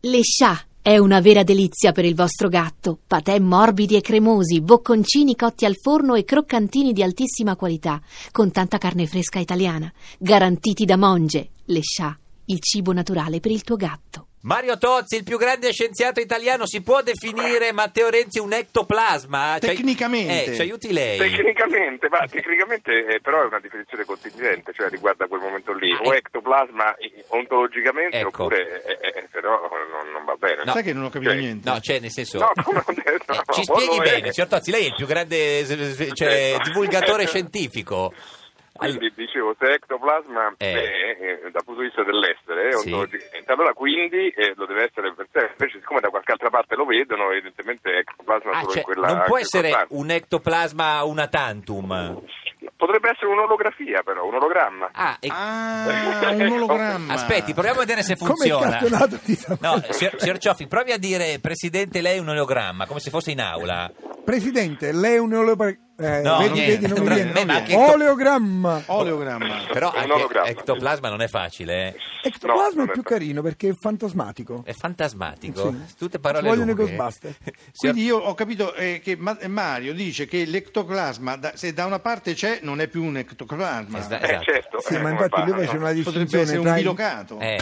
Le scià è una vera delizia per il vostro gatto. Patè morbidi e cremosi, bocconcini cotti al forno e croccantini di altissima qualità, con tanta carne fresca italiana, garantiti da Monge. Le scià, il cibo naturale per il tuo gatto. Mario Tozzi, il più grande scienziato italiano, si può definire Matteo Renzi un ectoplasma? Ci ai- Tecnicamente. Eh, ci aiuti lei. Tecnicamente, ma tecnicamente eh, però è una definizione contingente, cioè riguarda quel momento lì, o ectoplasma eh, ontologicamente Ah, Ecco. oppure eh, eh, eh, se no non, non va bene. No. No, Sai che non ho capito Cioè, niente. No, cioè, nel senso... come non è, no, Eh, ci quello spieghi è- bene, signor Tozzi, lei è il più grande s- s- cioè, Ecco. divulgatore scientifico. Quindi dicevo, se ectoplasma Eh. eh, eh, dal punto di vista dell'essere, eh, Sì. ontologicamente, allora quindi eh, lo deve essere per sé, invece siccome da qualche altra parte lo vedono, evidentemente ectoplasma Ah, solo cioè, in quella... non può in essere quella parte. un ectoplasma una tantum. Potrebbe essere un'olografia però, un ologramma. Eh, Ah, e- Ah, un ologramma. aspetti, proviamo a vedere se Come il funziona. campionato di No, signor, signor Cioffi, provi a dire, presidente, lei è un oleogramma, come se fosse in aula. Presidente, lei è un oleogramma. No, vedi, niente, vedi, non mi tra- viene. beh, ma anche- Oleogramma. Ecco, Oleogramma. Però Un anche ologramma. ectoplasma non è facile, eh. Ectoplasma No, è più aspetta. carino perché è fantasmatico. è fantasmatico. Sì. Tutte parole Ci vogliono i lunghe. Ghostbuster. Signor- Quindi io ho capito eh, che Ma- Mario dice che l'ectoplasma, da- se da una parte c'è, non è più un ectoplasma. Esatto. Eh, certo. Sì, eh, ma come infatti lui fanno, faceva no? una Potrebbe essere distinzione un tra bilocato. Eh,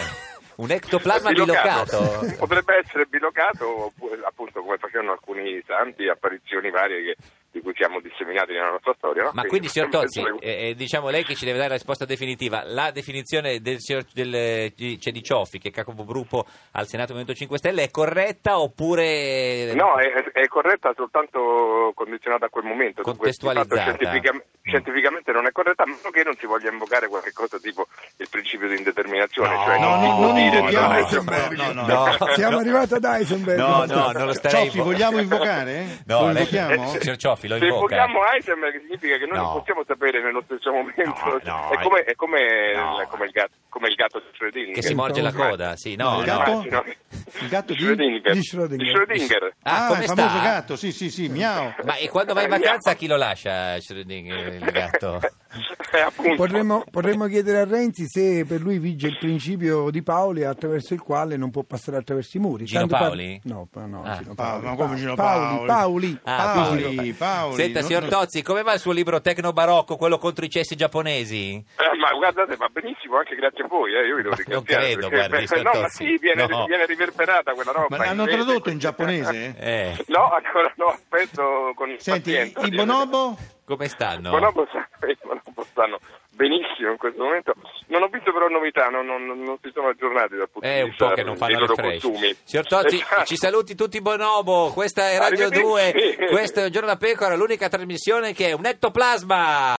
un ectoplasma Bilocato. bilocato. Potrebbe essere bilocato oppure appunto come facevano alcuni santi, apparizioni varie che- di cui siamo disseminati nella nostra storia. no? Ma quindi, signor Tozzi, potrebbe essere- eh, eh, diciamo lei che ci deve dare la risposta definitiva. La definizione del signor del, di, cioè di Cioffi, che è capogruppo al Senato Movimento 5 Stelle, è corretta oppure... No, è, è corretta soltanto condizionata a quel momento. dunque, Contestualizzata. Mm. di fatto scientificam- scientificamente non è corretta, a meno che non si voglia invocare qualche cosa tipo il principio di indeterminazione. No, cioè, No, no, non non dire, invochiamo no, Heisenberg. no, no. No, No. Siamo arrivati ad Heisenberg. No, no, non lo starei... Cioffi, vogliamo invocare? No, lo lei- invochiamo? eh, signor Cioffi, lo Se invoca. invochiamo Heisenberg significa che noi No. non possiamo sapere nello stesso momento. No, no, è come, è come- no. è come il, gatto, come il gatto di Schrödinger. Che si morge la coda, sì. No, Il no. gatto? Immagino. Il gatto di- Schrödinger. di Schrödinger. Di Schrödinger. Ah, Ah, come il sta? famoso gatto, sì, sì, sì, miau. Ma e quando vai in Eh, andiamo. vacanza chi lo lascia, Schrödinger, il gatto? Eh, appunto. Potremmo, potremmo chiedere a Renzi se per lui vige il principio di Paoli attraverso il quale non può passare attraverso i muri. Gino par- Paoli? No, pa- no, Ah. Gino Pa- Paoli. ma come Gino Paoli? Paoli, Paoli. Ah, Paoli, Paoli. Paoli, Senta, non- signor non- Tozzi, come va il suo libro tecno barocco, quello contro i cessi giapponesi? Eh, ma guardate, va benissimo anche grazie a voi. Eh. Io vi devo Ma non ringraziare. credo, perché- guardi, no, ma Scantozzi. sì, viene, No. viene riverberata quella roba. Ma l'hanno inglese, tradotto in quindi- giapponese? Eh, No, ancora no, aspetto con il Senti, pazienza. i bonobo? come stanno? Bonobo sa- i Bonobo stanno benissimo in questo momento. Non ho visto però novità, non, non- non si sono aggiornati dal punto È di Eh, un po' vista che non fanno dei loro refresh. costumi. Signor Tozzi, Esatto. ci saluti tutti Bonobo, questa è Radio 2, Arrivederci. questo è Un Giorno da Pecora, l'unica trasmissione che è un ettoplasma!